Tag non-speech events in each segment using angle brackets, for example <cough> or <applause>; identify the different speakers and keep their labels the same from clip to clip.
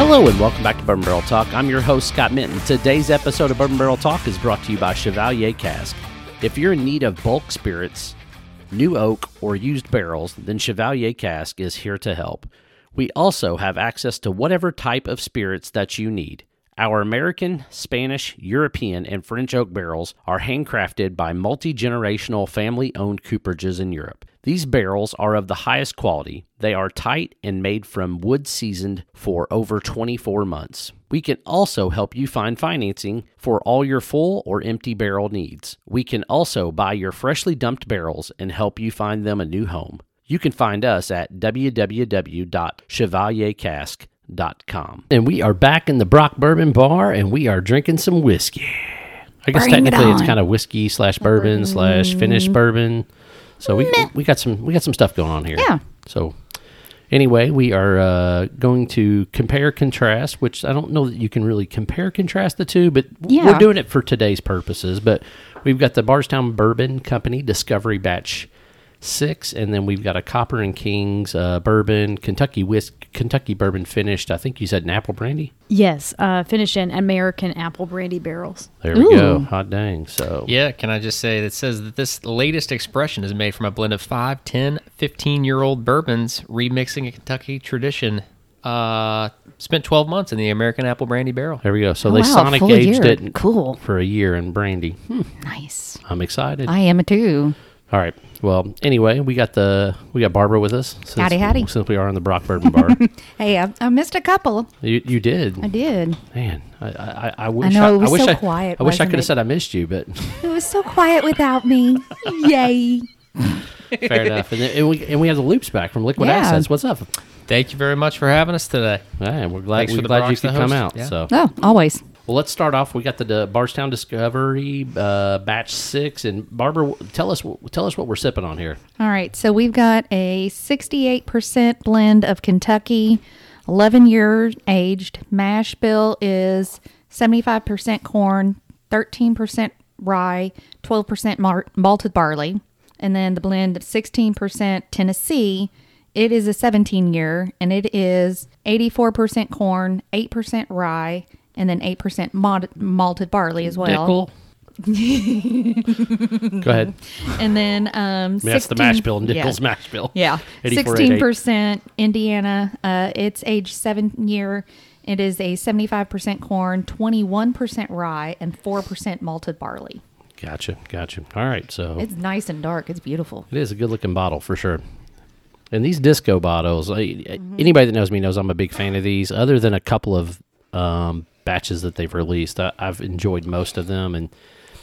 Speaker 1: Hello and welcome back to Bourbon Barrel Talk. I'm your host, Scott Minton. Today's episode of Bourbon Barrel Talk is brought to you by Chevalier Cask. If you're in need of bulk spirits, new oak, or used barrels, then Chevalier Cask is here to help. We also have access to whatever type of spirits that you need. Our American, Spanish, European, and French oak barrels are handcrafted by multi generational family owned cooperages in Europe. These barrels are of the highest quality. They are tight and made from wood seasoned for over 24 months. We can also help you find financing for all your full or empty barrel needs. We can also buy your freshly dumped barrels and help you find them a new home. You can find us at www.chevaliercask.com. And we are back in the Brock Bourbon Bar and we are drinking some whiskey. I guess
Speaker 2: Bring it
Speaker 1: technically it's
Speaker 2: on. Mm.
Speaker 1: kind of whiskey slash bourbon slash Finnish bourbon. So we we got some we got some stuff going on here.
Speaker 2: Yeah.
Speaker 1: So anyway, we are uh, going to compare contrast, which I don't know that you can really compare contrast the two, but w- we're
Speaker 2: Yeah.
Speaker 1: doing it for today's purposes. But we've got the Barstown Bourbon Company Discovery Batch Six, and then we've got a Copper and Kings uh, Bourbon Kentucky Whisk Kentucky Bourbon finished. I think you said an apple brandy.
Speaker 3: Yes, uh, finished in American apple brandy barrels.
Speaker 1: There we go. Hot dang! So
Speaker 4: Yeah, can I just say that says that this latest expression is made from a blend of 5, 10, 15 year old bourbons remixing a Kentucky tradition. Uh, spent 12 months in the American apple brandy barrel.
Speaker 1: there we go. So they
Speaker 2: Oh, wow,
Speaker 1: sonic
Speaker 2: full
Speaker 1: aged
Speaker 2: year.
Speaker 1: it
Speaker 2: Cool.
Speaker 1: for a year in brandy. Hmm,
Speaker 2: Nice.
Speaker 1: I'm excited.
Speaker 2: I am too.
Speaker 1: All right. Well, anyway, we got the we got Barbara with us. Since,
Speaker 2: Howdy, howdy.
Speaker 1: Since we are in the Brock Bourbon
Speaker 2: <laughs>
Speaker 1: Bar,
Speaker 2: Hey, I, I missed a couple.
Speaker 1: you, you
Speaker 2: I
Speaker 1: did,
Speaker 2: did.
Speaker 1: man. I I, I wish
Speaker 2: know, it was
Speaker 1: I wish
Speaker 2: so
Speaker 1: I,
Speaker 2: quiet,
Speaker 1: I wish I
Speaker 2: wasn't
Speaker 1: could have
Speaker 2: it?
Speaker 1: said I missed you,
Speaker 2: <laughs>
Speaker 1: but
Speaker 2: It was so quiet without <laughs> me. Yay.
Speaker 1: fair enough. And, then, and we and we have the loops back from Liquid
Speaker 2: Yeah.
Speaker 1: Assets. What's up?
Speaker 4: Thank you very much for having us today.
Speaker 1: Hey, we're glad
Speaker 4: Thanks for
Speaker 1: we're
Speaker 4: the
Speaker 1: glad
Speaker 4: Brock's
Speaker 1: you
Speaker 4: the
Speaker 1: could come
Speaker 4: host.
Speaker 1: out.
Speaker 4: Yeah.
Speaker 1: So
Speaker 2: Oh, always.
Speaker 1: well, let's start off. We got the uh, Barstown Discovery uh, batch six, and Barbara, w- tell us w- tell us what we're sipping on here.
Speaker 2: All right. So we've got a 68% blend of Kentucky, 11 year aged. Mash bill is 75% corn, 13% rye, 12% mar- malted barley, and then the blend of 16% Tennessee. It is a 17 year and it is 84% corn, 8% rye, and then 8% mod- malted barley as well. <laughs>
Speaker 1: Dickel. Go ahead.
Speaker 2: And then um,
Speaker 1: I mean, that's the mash bill. Dickel's
Speaker 2: yeah.
Speaker 1: mash bill.
Speaker 2: Yeah,
Speaker 1: 84.88.
Speaker 2: sixteen percent Indiana. Uh, it's age seven year. It is a seventy-five percent corn, twenty-one percent rye, and four percent malted barley.
Speaker 1: Gotcha. Gotcha. All right. So
Speaker 2: It's nice and dark. It's beautiful.
Speaker 1: It is a good looking bottle for sure. And these disco bottles, I, I-
Speaker 2: Mm-hmm.
Speaker 1: anybody that knows me knows I'm a big fan of these. Other than a couple of um, batches that they've released, I, I've enjoyed most of them. And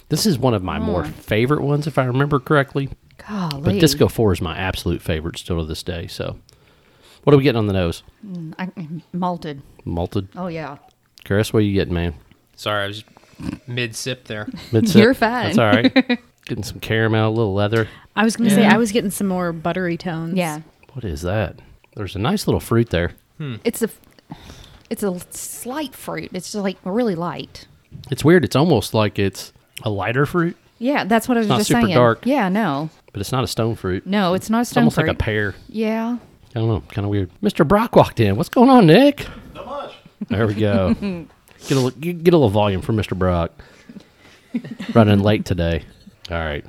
Speaker 1: this is one of my more
Speaker 2: Hmm.
Speaker 1: favorite ones, if I remember correctly.
Speaker 2: Golly,
Speaker 1: But Disco 4 is my absolute favorite still to this day. So, what are we getting on the nose?
Speaker 2: I, malted.
Speaker 1: Malted.
Speaker 2: Oh yeah,
Speaker 1: Chris, what are you getting, man?
Speaker 4: Sorry, I was mid sip there.
Speaker 1: Mid-sip?
Speaker 2: You're fine.
Speaker 1: That's all
Speaker 2: <laughs>
Speaker 1: right. getting some caramel, a little leather.
Speaker 3: I was going to say I was getting some more buttery tones.
Speaker 2: yeah.
Speaker 1: What is that? There's a nice little fruit there.
Speaker 2: It's a, it's a slight fruit. It's just like really light.
Speaker 1: It's weird. It's almost like it's a lighter fruit.
Speaker 2: Yeah, that's what I was
Speaker 1: not
Speaker 2: just
Speaker 1: super
Speaker 2: saying.
Speaker 1: dark.
Speaker 2: Yeah, no,
Speaker 1: but it's not a stone fruit.
Speaker 2: no, it's not a
Speaker 1: it's
Speaker 2: Mm, stone
Speaker 1: almost
Speaker 2: fruit.
Speaker 1: like a pear.
Speaker 2: yeah,
Speaker 1: I don't know, kind of weird. Mr. Brock walked in. What's going on, Nick? Not much. There we
Speaker 2: <laughs>
Speaker 1: go. get a little, get get a little volume from Mr. Brock. Running late today. All right.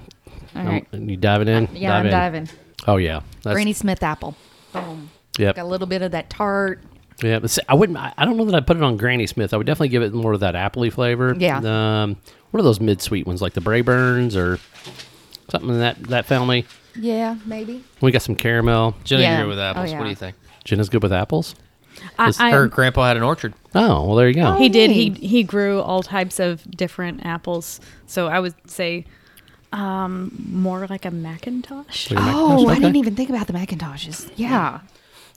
Speaker 2: all
Speaker 1: Um,
Speaker 2: right. Uh,
Speaker 1: you diving in?
Speaker 2: yeah, I'm
Speaker 1: in.
Speaker 2: diving.
Speaker 1: Oh yeah. That's,
Speaker 2: Granny Smith apple. Boom.
Speaker 1: Yep.
Speaker 2: Got a little bit of that tart.
Speaker 1: Yeah, but see, I wouldn't. I I don't know that I'd put it on Granny Smith. I would definitely give it more of that appley flavor.
Speaker 2: Yeah.
Speaker 1: Um, what are those mid sweet ones like the Brayburns or something in that that family?
Speaker 2: Yeah, maybe.
Speaker 1: We got some caramel.
Speaker 4: Jenna
Speaker 2: Yeah.
Speaker 4: here with apples.
Speaker 2: Oh,
Speaker 4: What do
Speaker 2: yeah.
Speaker 4: you think?
Speaker 1: Jenna's good with apples.
Speaker 3: I, I,
Speaker 4: Her grandpa had an orchard.
Speaker 1: Oh well, there you go.
Speaker 3: he did. He he grew all types of different apples. So I would say um, more like a Macintosh.
Speaker 1: Mac-
Speaker 2: Oh, I
Speaker 1: okay.
Speaker 2: didn't even think about the Macintoshes. Yeah.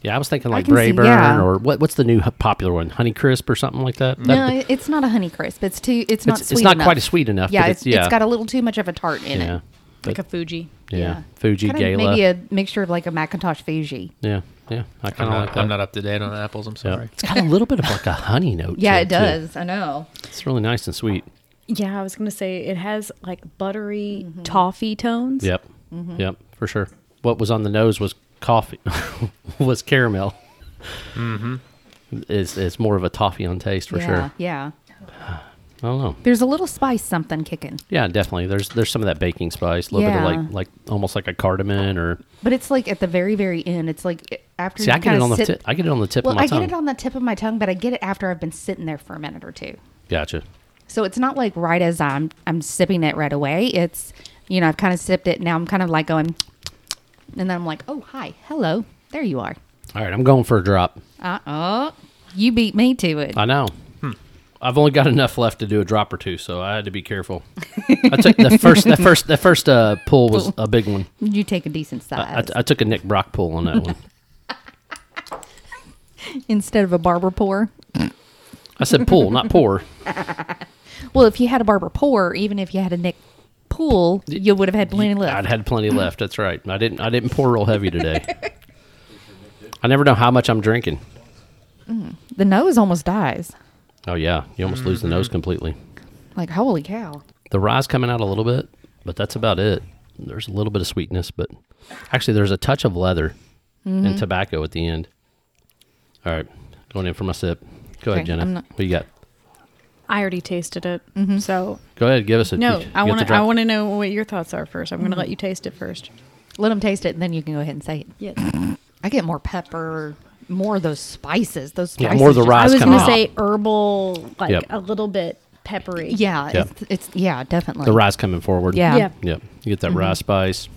Speaker 1: Yeah, I was thinking like
Speaker 2: can see-
Speaker 1: Brayburn
Speaker 2: yeah.
Speaker 1: or what? What's the new h- popular one? Honey Crisp or something like that. That-
Speaker 2: No, it's not a honey crisp. It's too. It's not.
Speaker 1: it's,
Speaker 2: sweet
Speaker 1: it's not
Speaker 2: enough.
Speaker 1: quite as sweet enough.
Speaker 2: Yeah,
Speaker 1: but
Speaker 2: it's,
Speaker 1: it's, yeah,
Speaker 2: it's got a little too much of a tart in
Speaker 1: yeah,
Speaker 2: it.
Speaker 3: like a Fuji.
Speaker 1: yeah, Fuji
Speaker 2: Kinda
Speaker 1: Gala.
Speaker 2: Maybe a mixture of like a Macintosh Fuji.
Speaker 1: yeah, yeah. I kind of
Speaker 4: I'm not,
Speaker 1: like that.
Speaker 4: I'm not up to date on apples. I'm
Speaker 1: Yeah.
Speaker 4: sorry.
Speaker 1: It's got a little bit of like a
Speaker 2: <laughs>
Speaker 1: honey note. to
Speaker 2: Yeah, it
Speaker 1: too.
Speaker 2: does. I know.
Speaker 1: It's really nice and sweet.
Speaker 3: Yeah, I was going to say it has like buttery toffee tones.
Speaker 1: Yep,
Speaker 2: Mm-hmm.
Speaker 1: yep, for sure. <laughs>
Speaker 4: Mm-hmm.
Speaker 1: What was on the nose was coffee, was caramel. It's, it's more of a toffee on taste for
Speaker 2: yeah,
Speaker 1: sure.
Speaker 2: Yeah.
Speaker 1: I don't know.
Speaker 2: There's a little spice something kicking,
Speaker 1: Yeah, definitely. There's there's some of that baking spice, a little bit
Speaker 2: Yeah.
Speaker 1: of like like almost like a cardamom or
Speaker 2: but it's like at the very, very end. It's like it- after
Speaker 1: see.
Speaker 2: you
Speaker 1: I get it
Speaker 2: kinda
Speaker 1: on the
Speaker 2: sit-
Speaker 1: tip. I get it on the tip
Speaker 2: Well,
Speaker 1: of my
Speaker 2: I
Speaker 1: tongue.
Speaker 2: get it on the tip of my tongue, but I get it after I've been sitting there for a minute or two.
Speaker 1: gotcha.
Speaker 2: So it's not like right as I'm I'm sipping it right away. It's you know I've kind of sipped it now. I'm kind of like going, and then I'm like, oh hi, hello, there you are.
Speaker 1: All right, I'm going for a drop.
Speaker 2: Uh oh, you beat me to it.
Speaker 1: I know. I've only got <laughs> enough left to do a drop or two, so I had to be careful. I took the first that first that first uh, pull was a big one.
Speaker 2: you take a decent
Speaker 1: I,
Speaker 2: size
Speaker 1: I took a Nick Brock pull on that one.
Speaker 2: instead of a barber pour.
Speaker 1: I said pull, not pour.
Speaker 2: Well, if you had a barber pour, even if you had a Nick pool, you would have had plenty left.
Speaker 1: I'd had plenty left. That's right. I didn't. I didn't pour real heavy
Speaker 2: <laughs>
Speaker 1: today. I never know how much I'm drinking.
Speaker 2: the nose almost dies.
Speaker 1: Oh yeah, you almost lose the nose
Speaker 2: Mm-hmm.
Speaker 1: completely.
Speaker 2: Like holy cow.
Speaker 1: The rye's coming out a little bit, but that's about it. There's a little bit of sweetness, but actually, there's a touch of leather
Speaker 2: Mm-hmm.
Speaker 1: and tobacco at the end. All right, going in for my sip. Go ahead,
Speaker 2: Okay,
Speaker 1: Jenna.
Speaker 2: I'm not-
Speaker 1: what you got?
Speaker 3: I already tasted it, so
Speaker 1: Go ahead, give us a.
Speaker 3: no.
Speaker 1: you
Speaker 3: I
Speaker 1: got
Speaker 3: want
Speaker 1: the
Speaker 3: to. I
Speaker 1: drop?
Speaker 3: want to know what your thoughts are first. I'm going to let you taste it first.
Speaker 2: Let them taste it, and then you can go ahead and say it.
Speaker 3: Yes.
Speaker 2: I get more pepper, more of those spices. Those
Speaker 1: Yeah,
Speaker 2: spices
Speaker 1: more of the
Speaker 2: just-
Speaker 1: rye.
Speaker 3: I
Speaker 1: Eyes
Speaker 3: was
Speaker 1: come
Speaker 3: going to
Speaker 1: out.
Speaker 3: say herbal, like
Speaker 1: Yep.
Speaker 3: a little bit peppery.
Speaker 2: Yeah,
Speaker 1: Yeah.
Speaker 2: It's, it's yeah, definitely
Speaker 1: The rye's coming forward.
Speaker 2: Yeah. Mm-hmm.
Speaker 3: Yeah.
Speaker 1: Yep. You get that rye spice.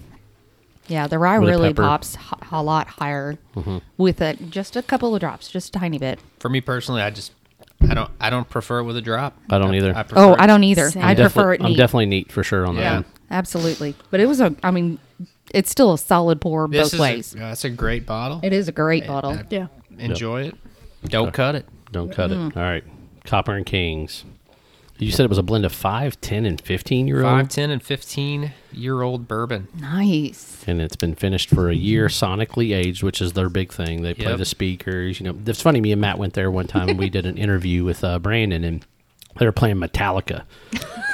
Speaker 2: Yeah, the rye
Speaker 1: With the
Speaker 2: really
Speaker 1: pepper.
Speaker 2: pops h- a lot higher with a, just a couple of drops, just a tiny bit.
Speaker 4: For me personally, I just I don't I don't prefer it with a drop.
Speaker 1: I don't either.
Speaker 4: prefer
Speaker 2: Oh,
Speaker 4: it-
Speaker 2: I don't either.
Speaker 3: Same.
Speaker 2: I
Speaker 3: I'm
Speaker 2: prefer
Speaker 1: Definitely-
Speaker 2: it
Speaker 1: I'm
Speaker 2: neat.
Speaker 1: definitely neat for sure on that
Speaker 4: Yeah.
Speaker 1: one.
Speaker 2: Absolutely, but it was a. I mean, it's still a solid pour
Speaker 4: This
Speaker 2: both
Speaker 4: is a-
Speaker 2: ways.
Speaker 4: that's a great bottle.
Speaker 2: it is a great bottle.
Speaker 4: I
Speaker 3: Yeah.
Speaker 4: Enjoy it. Don't cut it.
Speaker 1: Don't cut
Speaker 2: Mm-hmm.
Speaker 1: it. All right. Copper and Kings. You said it was a blend of 5, 10, and 15 year
Speaker 4: Five,
Speaker 1: old.
Speaker 4: ten, and fifteen year old bourbon.
Speaker 2: nice.
Speaker 1: And it's been finished for a year, sonically aged, which is their big thing. They play
Speaker 4: Yep.
Speaker 1: the speakers. You know, it's funny. Me and Matt went there one time. and we did an interview with uh, Brandon, and they were playing Metallica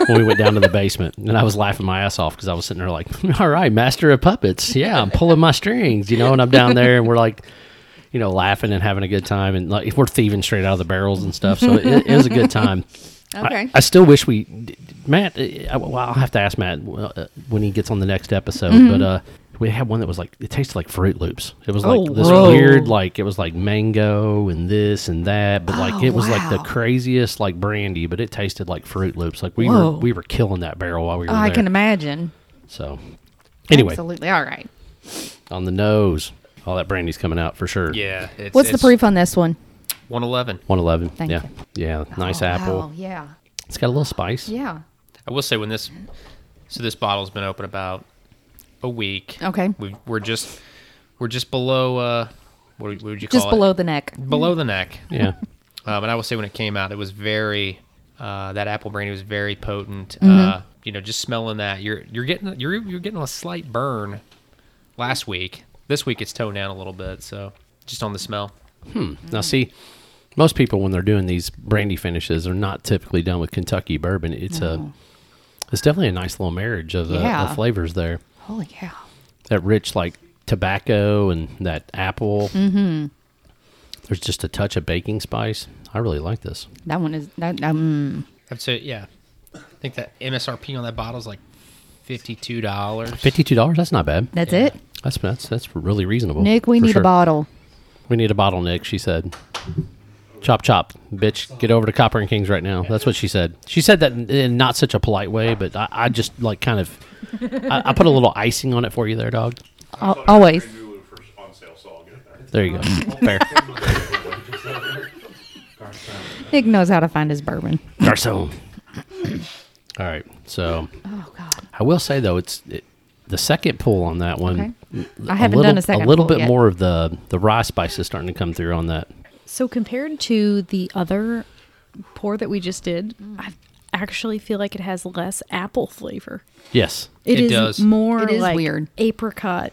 Speaker 1: when we went down to the basement. And I was laughing my ass off because I was sitting there like, <laughs> "All right, master of puppets. Yeah, I'm pulling my strings. You know." And I'm down there, and we're like, you know, laughing and having a good time, and like we're thieving straight out of the barrels and stuff. So it, it was a good time. I-
Speaker 2: <laughs> Okay.
Speaker 1: I, still wish we, d- d- Matt. uh, I, well, I'll have to ask Matt uh, when he gets on the next episode.
Speaker 2: Mm-hmm.
Speaker 1: But uh, we had one that was like it tasted like Fruit Loops. It was like
Speaker 2: Oh,
Speaker 1: this
Speaker 2: whoa.
Speaker 1: weird, like it was like mango and this and that. But like
Speaker 2: Oh,
Speaker 1: it was like the
Speaker 2: wow.
Speaker 1: craziest, like brandy. But it tasted like Fruit Loops. Like we
Speaker 2: Whoa.
Speaker 1: were we were killing that barrel while we were
Speaker 2: Oh,
Speaker 1: there.
Speaker 2: I can imagine.
Speaker 1: so anyway,
Speaker 2: absolutely. All right.
Speaker 1: on the nose, all that brandy's coming out for sure.
Speaker 4: Yeah. It's,
Speaker 2: What's the proof on this one?
Speaker 4: One eleven.
Speaker 1: One eleven.
Speaker 2: Thank
Speaker 1: yeah.
Speaker 2: you.
Speaker 1: Yeah. Nice
Speaker 2: Oh,
Speaker 1: apple.
Speaker 2: wow, yeah.
Speaker 1: It's got a little spice.
Speaker 2: Yeah.
Speaker 4: I will say when this, so this bottle's been open about a week.
Speaker 2: Okay.
Speaker 4: We, we're just we're just below. Uh, what would what would you call
Speaker 2: Just
Speaker 4: it?
Speaker 2: below the neck.
Speaker 4: below the neck.
Speaker 1: Yeah.
Speaker 4: Um, and I will say when it came out, it was very uh, that apple brandy was very potent.
Speaker 2: Mm-hmm.
Speaker 4: Uh, you know, just smelling that, you're you're getting you're you're getting a slight burn. Last week, this week it's toned down a little bit. So just on the smell.
Speaker 2: Mm.
Speaker 1: Now, see, most people when they're doing these brandy finishes are not typically done with Kentucky bourbon. It's a, it's definitely a nice little marriage of, uh,
Speaker 2: Yeah.
Speaker 1: of flavors there.
Speaker 2: Holy cow.
Speaker 1: That rich like tobacco and that apple. Mm-hmm. There's just a touch of baking spice. I really like this.
Speaker 2: That one is that um
Speaker 4: I'd say yeah. I think that MSRP on that bottle is like fifty two dollars.
Speaker 1: Fifty-two dollars. That's not bad.
Speaker 2: that's
Speaker 4: Yeah.
Speaker 2: it.
Speaker 1: That's that's that's really reasonable.
Speaker 2: Nick, we
Speaker 1: for
Speaker 2: need
Speaker 1: sure.
Speaker 2: a bottle.
Speaker 1: We need a bottle, Nick. She said. Chop chop, bitch! Get over to Copper and Kings right now. That's what she said. She said that in- in not such a polite way, but I, I just like kind of, I, I put a little icing on it for you there, dog.
Speaker 2: Al- always.
Speaker 1: There you go. Fair.
Speaker 2: Nick knows how to find his bourbon.
Speaker 1: Garcon. All right. So
Speaker 2: Oh God.
Speaker 1: I will say though, it's it, the second pull on that one.
Speaker 2: Okay.
Speaker 1: a
Speaker 2: I haven't
Speaker 1: little-
Speaker 2: done a second.
Speaker 1: A little
Speaker 2: pull
Speaker 1: bit
Speaker 2: yet.
Speaker 1: more of the the rye spice is starting to come through on that.
Speaker 3: So compared to the other pour that we just did, I actually feel like it has less apple flavor.
Speaker 1: Yes.
Speaker 4: It
Speaker 3: is
Speaker 4: does.
Speaker 3: more
Speaker 2: It is
Speaker 3: like
Speaker 2: weird.
Speaker 3: apricot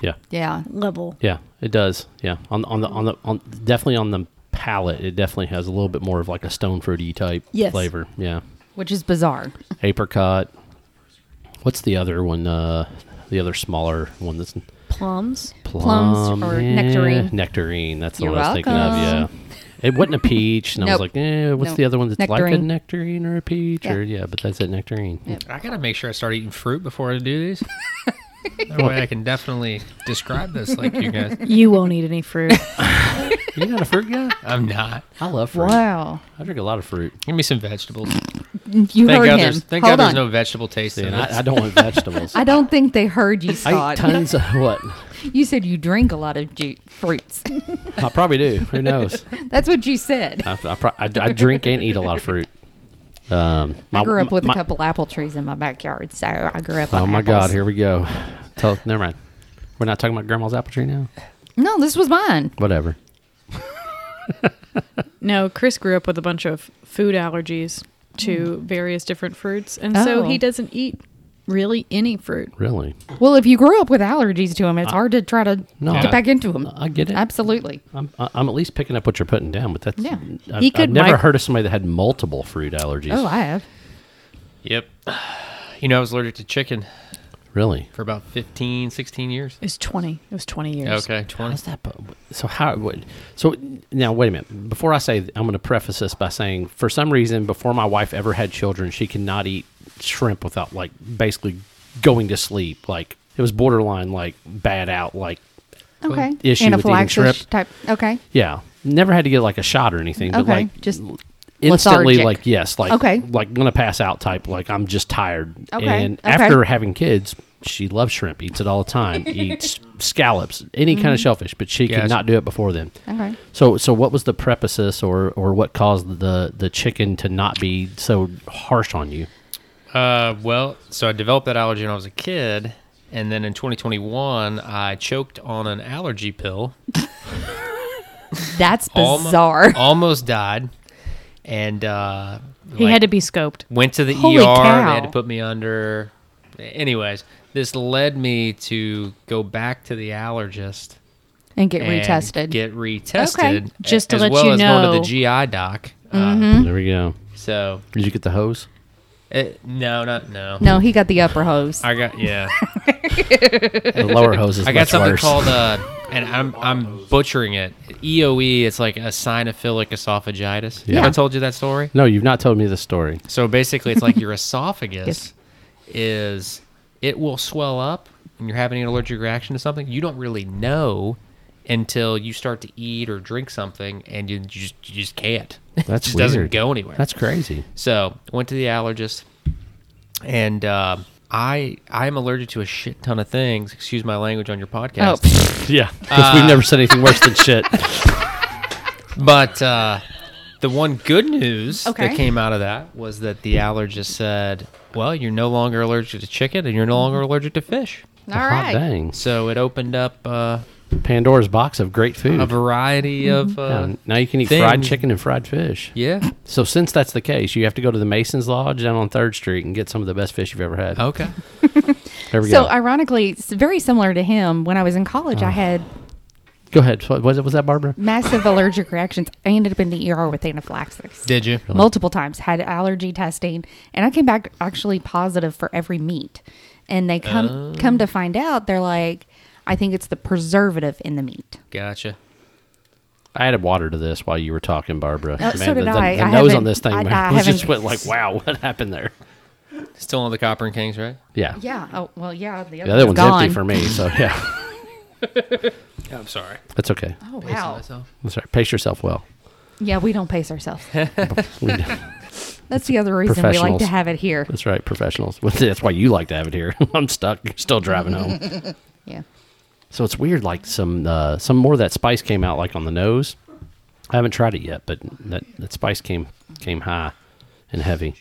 Speaker 1: Yeah.
Speaker 2: Yeah.
Speaker 3: level.
Speaker 1: Yeah, it does. Yeah, on on the on the on definitely on the palate, it definitely has a little bit more of like a stone fruity type
Speaker 3: Yes.
Speaker 1: flavor. Yeah,
Speaker 2: Which is bizarre.
Speaker 1: apricot. What's the other one? Uh, the other smaller one that's
Speaker 3: Plums.
Speaker 1: plum
Speaker 2: Plums or nectarine.
Speaker 1: Nectarine. That's the
Speaker 2: You're
Speaker 1: one I was thinking of. Yeah, It wasn't a peach, and I was
Speaker 2: Nope.
Speaker 1: like, eh, what's
Speaker 2: Nope.
Speaker 1: the other one that's like a
Speaker 2: Nectarine.
Speaker 1: nectarine or a peach?
Speaker 2: Yeah.
Speaker 1: Or yeah, but that's it, nectarine.
Speaker 4: I gotta make sure I start eating fruit before I do these. That way I can definitely describe this like you guys.
Speaker 3: You won't eat any fruit. <laughs>
Speaker 4: You're not a fruit guy? I'm not.
Speaker 1: I love fruit.
Speaker 2: Wow.
Speaker 1: I drink a lot of fruit.
Speaker 4: Give me some vegetables.
Speaker 2: You
Speaker 4: Thank
Speaker 2: heard
Speaker 4: God,
Speaker 2: him.
Speaker 4: there's, thank
Speaker 2: Hold
Speaker 4: God there's
Speaker 2: on.
Speaker 4: no vegetable taste in
Speaker 1: And
Speaker 4: it.
Speaker 1: I, I don't want vegetables.
Speaker 2: <laughs> I don't think they heard you,
Speaker 1: I eat
Speaker 2: Scott.
Speaker 1: tons of what?
Speaker 2: you said you drink a lot of ju- fruits. <laughs>
Speaker 1: I probably do. Who knows?
Speaker 2: That's what you said.
Speaker 1: I, I, pro- I, I drink and eat a lot of
Speaker 2: <laughs>
Speaker 1: fruit. Um,
Speaker 2: I grew up with
Speaker 1: my,
Speaker 2: a couple apple trees in my backyard, so I grew up.
Speaker 1: Oh
Speaker 2: on
Speaker 1: my God!
Speaker 2: apples.
Speaker 1: Here we go. Tell, never mind. We're not talking about grandma's apple tree now.
Speaker 2: No, this was mine.
Speaker 1: Whatever.
Speaker 3: no, Chris grew up with a bunch of food allergies to various different fruits, and so
Speaker 2: Oh.
Speaker 3: he doesn't eat really any fruit.
Speaker 1: Really?
Speaker 2: Well, if you grew up with allergies to them, it's hard to try to
Speaker 1: Uh, No,
Speaker 2: get
Speaker 1: I-
Speaker 2: back into them.
Speaker 1: I get it.
Speaker 2: Absolutely.
Speaker 1: I'm, I- I'm at least picking up what you're putting down, but that's
Speaker 2: Yeah.
Speaker 1: I,
Speaker 3: He
Speaker 1: I've
Speaker 3: could
Speaker 1: never
Speaker 3: mic-
Speaker 1: heard of somebody that had multiple fruit allergies.
Speaker 2: Oh, I have.
Speaker 4: Yep. You know, I was allergic to chicken
Speaker 1: really?
Speaker 4: for about 15, 16 years.
Speaker 3: It was twenty. It was twenty years.
Speaker 4: Okay,
Speaker 1: How's
Speaker 4: 20.
Speaker 1: that? po- So how? Would, so now, wait a minute. Before I say, I'm going to preface this by saying, for some reason, before my wife ever had children, she cannot eat shrimp without like basically going to sleep. Like it was borderline like bad out. Like
Speaker 2: Okay.
Speaker 1: Issue with eating shrimp.
Speaker 2: type. Okay.
Speaker 1: yeah, never had to get like a shot or anything, but
Speaker 2: Okay.
Speaker 1: like
Speaker 2: Just
Speaker 1: instantly
Speaker 2: lethargic.
Speaker 1: like yes like
Speaker 2: Okay.
Speaker 1: like gonna pass out type like i'm just tired
Speaker 2: Okay,
Speaker 1: and
Speaker 2: okay.
Speaker 1: after having kids she loves shrimp eats it all the time <laughs> eats scallops any kind of
Speaker 2: Mm-hmm.
Speaker 1: shellfish but she
Speaker 4: Yes.
Speaker 1: could not do it before then
Speaker 2: Okay.
Speaker 1: so so what was the prepusis or or what caused the the chicken to not be so harsh on you
Speaker 4: Uh, well, so I developed that allergy when I was a kid. And then in 2021, I choked on an allergy pill.
Speaker 2: That's
Speaker 3: <laughs>
Speaker 4: Almo-
Speaker 2: bizarre.
Speaker 4: almost died. And uh,
Speaker 3: He
Speaker 4: like-
Speaker 3: had to be scoped.
Speaker 4: Went to the
Speaker 2: Holy
Speaker 4: ER. They had
Speaker 2: cow.
Speaker 4: to put me under. Anyways, this led me to go back to the allergist
Speaker 2: and get
Speaker 4: and
Speaker 2: retested.
Speaker 4: Get retested.
Speaker 2: Okay.
Speaker 4: a-
Speaker 3: Just to
Speaker 4: as
Speaker 3: let
Speaker 4: well
Speaker 3: you
Speaker 4: as going to
Speaker 3: know. Mm-hmm.
Speaker 4: the GI doc. Uh,
Speaker 2: Hmm?
Speaker 1: there we go
Speaker 4: so
Speaker 1: did you get the hose
Speaker 4: it, no, not no.
Speaker 2: no, he got the upper hose.
Speaker 4: I
Speaker 3: <laughs>
Speaker 4: got yeah. <laughs>
Speaker 1: the lower hose is
Speaker 4: I got
Speaker 1: much
Speaker 4: something
Speaker 1: worse.
Speaker 4: called uh, and I'm I'm butchering it. E EOE. It's like a sinophilic esophagitis.
Speaker 1: Yeah.
Speaker 4: Have I told you that story?
Speaker 1: no you've not told me this story
Speaker 4: So basically, it's
Speaker 2: <laughs>
Speaker 4: like your esophagus
Speaker 2: Yes.
Speaker 4: is it will swell up, and you're having an allergic reaction to something. You don't really know until you start to eat or drink something, and you just you just can't. <laughs> it
Speaker 1: That's
Speaker 4: just doesn't
Speaker 1: weird.
Speaker 4: go anywhere.
Speaker 1: that's
Speaker 4: <laughs>
Speaker 1: crazy
Speaker 4: so went to the allergist, and uh, I I am allergic to a shit ton of things. Excuse my language on your
Speaker 2: oh,
Speaker 4: podcast.
Speaker 1: yeah because
Speaker 4: Uh,
Speaker 1: we've never said anything worse
Speaker 4: <laughs>
Speaker 1: than shit
Speaker 4: But uh, the one good news
Speaker 2: Okay.
Speaker 4: that came out of that was that the allergist said, "Well, you're no longer allergic to chicken, and you're no longer allergic to fish."
Speaker 2: all
Speaker 1: Hot
Speaker 2: right.
Speaker 1: dang
Speaker 4: So it opened up uh,
Speaker 1: pandora's box of great food
Speaker 4: a variety
Speaker 2: Mm-hmm.
Speaker 4: of uh,
Speaker 1: Yeah, now you can eat
Speaker 4: thing.
Speaker 1: fried chicken and fried fish.
Speaker 4: yeah.
Speaker 1: So since that's the case, you have to go to the Mason's Lodge down on Third Street and get some of the best fish you've ever had.
Speaker 4: Okay.
Speaker 1: there we
Speaker 2: So
Speaker 1: go. Ah.
Speaker 2: ironically, it's very similar to him. When I was in college, I had
Speaker 1: go ahead. What was, it, was that Barbara?
Speaker 2: massive allergic reactions. I ended up in the ER with anaphylaxis.
Speaker 4: Did you?
Speaker 2: multiple times had allergy testing and i came back actually positive for every meat and they come
Speaker 1: Oh.
Speaker 2: come to find out they're like i think it's the preservative in the meat
Speaker 4: Gotcha.
Speaker 1: I added water to this while you were talking, Barbara.
Speaker 2: Uh,
Speaker 1: the,
Speaker 2: so did
Speaker 1: the-
Speaker 2: I.
Speaker 1: the
Speaker 2: I
Speaker 1: nose on
Speaker 2: haven't-
Speaker 1: this thing
Speaker 2: I-
Speaker 1: man, <laughs>
Speaker 2: I
Speaker 1: was just
Speaker 2: haven't-
Speaker 1: went
Speaker 2: <laughs>
Speaker 1: like, wow, what happened there?
Speaker 4: Still on the Copper and Kings, right?
Speaker 1: Yeah.
Speaker 2: yeah oh well yeah the other,
Speaker 1: The other
Speaker 2: one's
Speaker 1: one's
Speaker 2: gone.
Speaker 1: empty for me, so <laughs> yeah,
Speaker 4: Yeah, I'm sorry.
Speaker 1: that's okay.
Speaker 2: oh wow
Speaker 1: I'm sorry. Pace yourself well.
Speaker 2: yeah we don't pace ourselves
Speaker 1: <laughs> We-
Speaker 2: that's the other reason we like
Speaker 1: Professionals.
Speaker 2: to have it here
Speaker 1: that's right, professionals. <laughs> That's why you like to have it here. <laughs> I'm stuck. You're still driving home.
Speaker 2: <laughs> yeah
Speaker 1: So it's weird. Like some uh, some more of that spice came out like on the nose. I haven't tried it yet, but that, that spice came came high and heavy.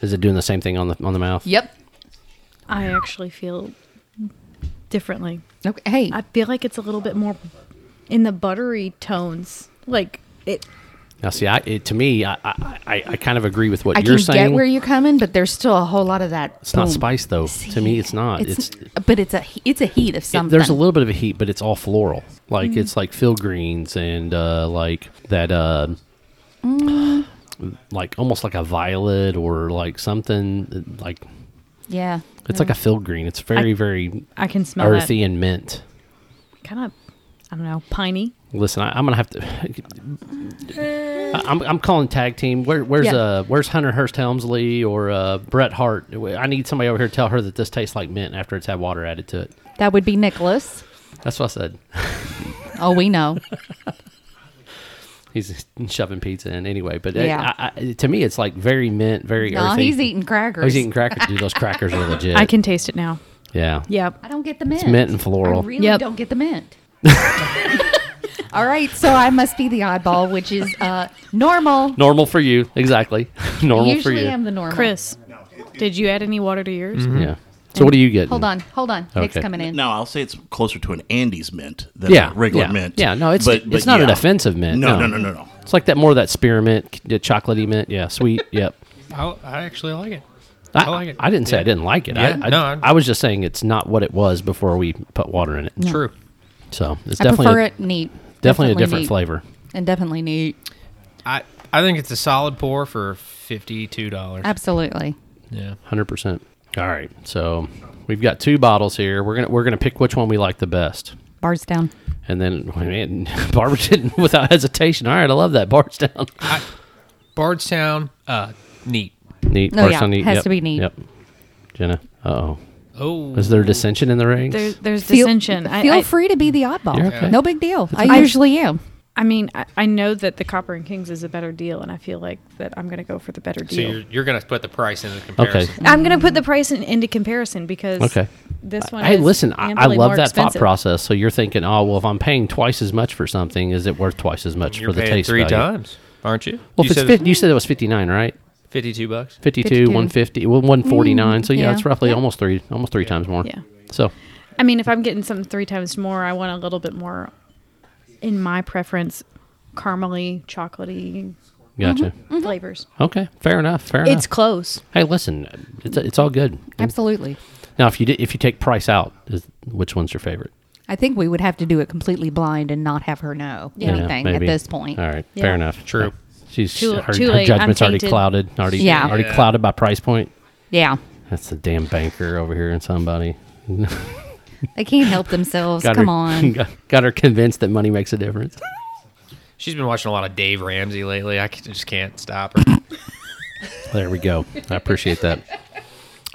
Speaker 1: Is it doing the same thing on the on the mouth?
Speaker 2: yep
Speaker 3: I actually feel differently.
Speaker 2: okay hey
Speaker 3: I feel like it's a little bit more in the buttery tones. Like it
Speaker 1: Now, see, I, it, to me, I, I, I, I kind of agree with what
Speaker 2: i
Speaker 1: you're
Speaker 2: can
Speaker 1: saying.
Speaker 2: get where you're coming but there's still a whole lot of that
Speaker 1: it's not
Speaker 2: boom.
Speaker 1: spice though. To me, it's not. It's,
Speaker 2: it's, but it's a it's a heat of
Speaker 1: it-
Speaker 2: something
Speaker 1: there's a little bit of a heat, but it's all floral. Like
Speaker 2: Mm-hmm.
Speaker 1: it's like field greens and uh, like that. Uh,
Speaker 2: Mm.
Speaker 1: Like almost like a violet or like something like
Speaker 2: yeah
Speaker 1: it's like a field green. It's very very
Speaker 3: I can smell
Speaker 1: earthy and mint.
Speaker 3: that kind of I don't know, piney.
Speaker 1: Listen, I, I'm gonna have to. I- I'm, I'm calling tag team. Where, where's
Speaker 2: Yeah.
Speaker 1: uh Where's Hunter Hurst Helmsley or uh, Bret Hart? I need somebody over here to tell her that this tastes like mint after it's had water added to it.
Speaker 2: That would be Nicholas.
Speaker 1: That's what I said. <laughs>
Speaker 2: Oh, we know.
Speaker 1: He's shoving pizza in anyway. But it-
Speaker 2: Yeah.
Speaker 1: I, I, to me, it's like very mint, very
Speaker 2: no,
Speaker 1: earthy.
Speaker 2: he's eating crackers.
Speaker 1: Oh, he's eating crackers. Dude, those crackers
Speaker 2: <laughs>
Speaker 1: are legit.
Speaker 3: I can taste it now.
Speaker 1: Yeah.
Speaker 3: Yep.
Speaker 2: I don't get the mint.
Speaker 1: mint and floral.
Speaker 2: I really
Speaker 3: Yep.
Speaker 2: don't get
Speaker 1: <laughs>
Speaker 2: the mint. <laughs> All right, so I must be the oddball, which is uh, normal.
Speaker 1: Normal for you, exactly. <laughs> Normal
Speaker 2: Usually
Speaker 1: for you.
Speaker 2: I'm the normal.
Speaker 3: Chris, did you add any water to yours?
Speaker 1: yeah. So what do you get?
Speaker 2: Mm. Hold on, hold on. Nick's
Speaker 1: Okay.
Speaker 2: coming in.
Speaker 5: Now I'll say it's closer to an Andes mint than
Speaker 1: Yeah,
Speaker 5: a regular
Speaker 1: yeah.
Speaker 5: mint.
Speaker 1: Yeah, no, it's- it's not an offensive mint,
Speaker 5: No,
Speaker 1: no.
Speaker 5: no, no, no, no.
Speaker 1: It's like that more of that spearmint, the chocolatey mint. Yeah,
Speaker 2: <laughs>
Speaker 1: sweet. yep.
Speaker 4: I, I actually like it.
Speaker 1: I,
Speaker 4: Oh, I like it.
Speaker 1: I didn't say I
Speaker 4: Yeah.
Speaker 1: didn't like it.
Speaker 4: Yeah,
Speaker 1: I, I,
Speaker 4: no, I-
Speaker 1: I was just saying it's not what it was before we put water in it.
Speaker 4: True.
Speaker 1: So it's
Speaker 2: I
Speaker 1: definitely
Speaker 2: prefer
Speaker 1: a,
Speaker 2: it neat.
Speaker 1: definitely, a different
Speaker 2: neat.
Speaker 1: flavor.
Speaker 2: And definitely neat.
Speaker 4: I I think it's a solid pour for fifty two dollars.
Speaker 2: Absolutely.
Speaker 4: Yeah.
Speaker 1: Hundred percent. All right. So we've got two bottles here. We're gonna we're gonna pick which one we like the best.
Speaker 2: Bars down.
Speaker 1: And then <laughs> man, Barbara did <laughs> without hesitation. All right, I love that Bardstown.
Speaker 4: I, Bardstown, uh, neat.
Speaker 1: <laughs> Neat.
Speaker 2: No, yeah,
Speaker 1: Bardstown neat.
Speaker 2: has
Speaker 1: Yep,
Speaker 2: to be neat.
Speaker 1: Yep. Jenna. Uh oh.
Speaker 4: Oh,
Speaker 1: Is there dissension in the ranks?
Speaker 3: There, there's
Speaker 2: Feel,
Speaker 3: dissension. I-
Speaker 2: feel
Speaker 3: I,
Speaker 2: free to be the oddball.
Speaker 1: You're okay.
Speaker 2: No big deal. I usually am.
Speaker 3: I mean, I, I know that the Copper and Kings is a better deal, and I feel like that I'm going to go for the better
Speaker 4: So
Speaker 3: deal.
Speaker 4: you're, you're gonna put the price into comparison.
Speaker 3: I'm going to put the price in, into comparison because
Speaker 1: Okay.
Speaker 3: this one.
Speaker 1: Hey,
Speaker 3: is
Speaker 1: listen, I, I
Speaker 3: amply
Speaker 1: love
Speaker 3: more
Speaker 1: that
Speaker 3: expensive.
Speaker 1: thought process. So you're thinking, oh, well, if I'm paying twice as much for something, is it worth twice as much
Speaker 4: You're
Speaker 1: for the
Speaker 4: paying
Speaker 1: taste
Speaker 4: three
Speaker 1: value?
Speaker 4: times, aren't you?
Speaker 1: Well,
Speaker 4: you
Speaker 1: if it's
Speaker 4: said
Speaker 1: 50, you said it was 59, right?
Speaker 4: fifty-two bucks.
Speaker 1: 52,
Speaker 2: 52.
Speaker 1: 150, well, 149. so yeah,
Speaker 2: yeah.
Speaker 1: it's roughly almost three, almost three times more.
Speaker 3: Yeah.
Speaker 1: So
Speaker 3: I mean, if I'm getting something three times more, I want a little bit more, in my preference, caramely, chocolatey
Speaker 1: gotcha.
Speaker 3: flavors.
Speaker 1: Okay, fair enough. Fair
Speaker 3: Mm-hmm. It's
Speaker 1: enough.
Speaker 3: close.
Speaker 1: hey, listen, it's it's all good.
Speaker 2: Absolutely.
Speaker 1: Now, if you did, if you take price out, is, which one's your favorite?
Speaker 2: I think we would have to do it completely blind and not have her know
Speaker 3: Yeah.
Speaker 2: anything at
Speaker 1: maybe.
Speaker 2: this point.
Speaker 1: All right, fair
Speaker 3: Yeah.
Speaker 1: enough.
Speaker 4: True.
Speaker 1: She's
Speaker 3: Too-
Speaker 1: her,
Speaker 3: too
Speaker 1: her
Speaker 3: late. I'm
Speaker 1: judgment's already
Speaker 3: tainted.
Speaker 1: clouded, already
Speaker 2: Yeah.
Speaker 1: already
Speaker 4: Yeah.
Speaker 1: clouded by price point.
Speaker 2: Yeah.
Speaker 1: That's the damn banker over here and somebody.
Speaker 2: They can't help themselves.
Speaker 1: Got
Speaker 2: Come
Speaker 1: her, <laughs>
Speaker 2: on.
Speaker 1: Got, got her convinced that money makes a difference.
Speaker 4: She's been watching a lot of Dave Ramsey lately. I c- just can't stop her.
Speaker 1: There we go. I appreciate that.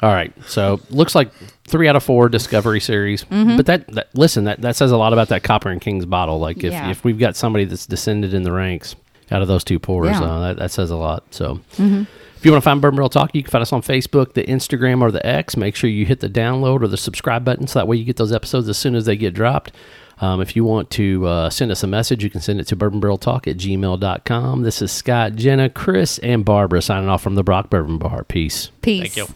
Speaker 1: All right. So looks like three out of four Discovery series.
Speaker 2: Mm-hmm.
Speaker 1: But that, that listen, that, that says a lot about that Copper and Kings bottle. Like if,
Speaker 2: Yeah.
Speaker 1: if we've got somebody that's descended in the ranks out of those two pours,
Speaker 2: Yeah.
Speaker 1: uh, that, that says a lot. So if you want to find Bourbon Barrel Talk, you can find us on Facebook, the Instagram, or the X. Make sure you hit the download or the subscribe button so that way you get those episodes as soon as they get dropped. Um, if you want to uh, send us a message, you can send it to bourbon barrel talk at gmail.com. This is Scott, Jenna, Chris, and Barbara signing off from the Brock Bourbon Bar. Peace.
Speaker 2: Peace.
Speaker 4: Thank you.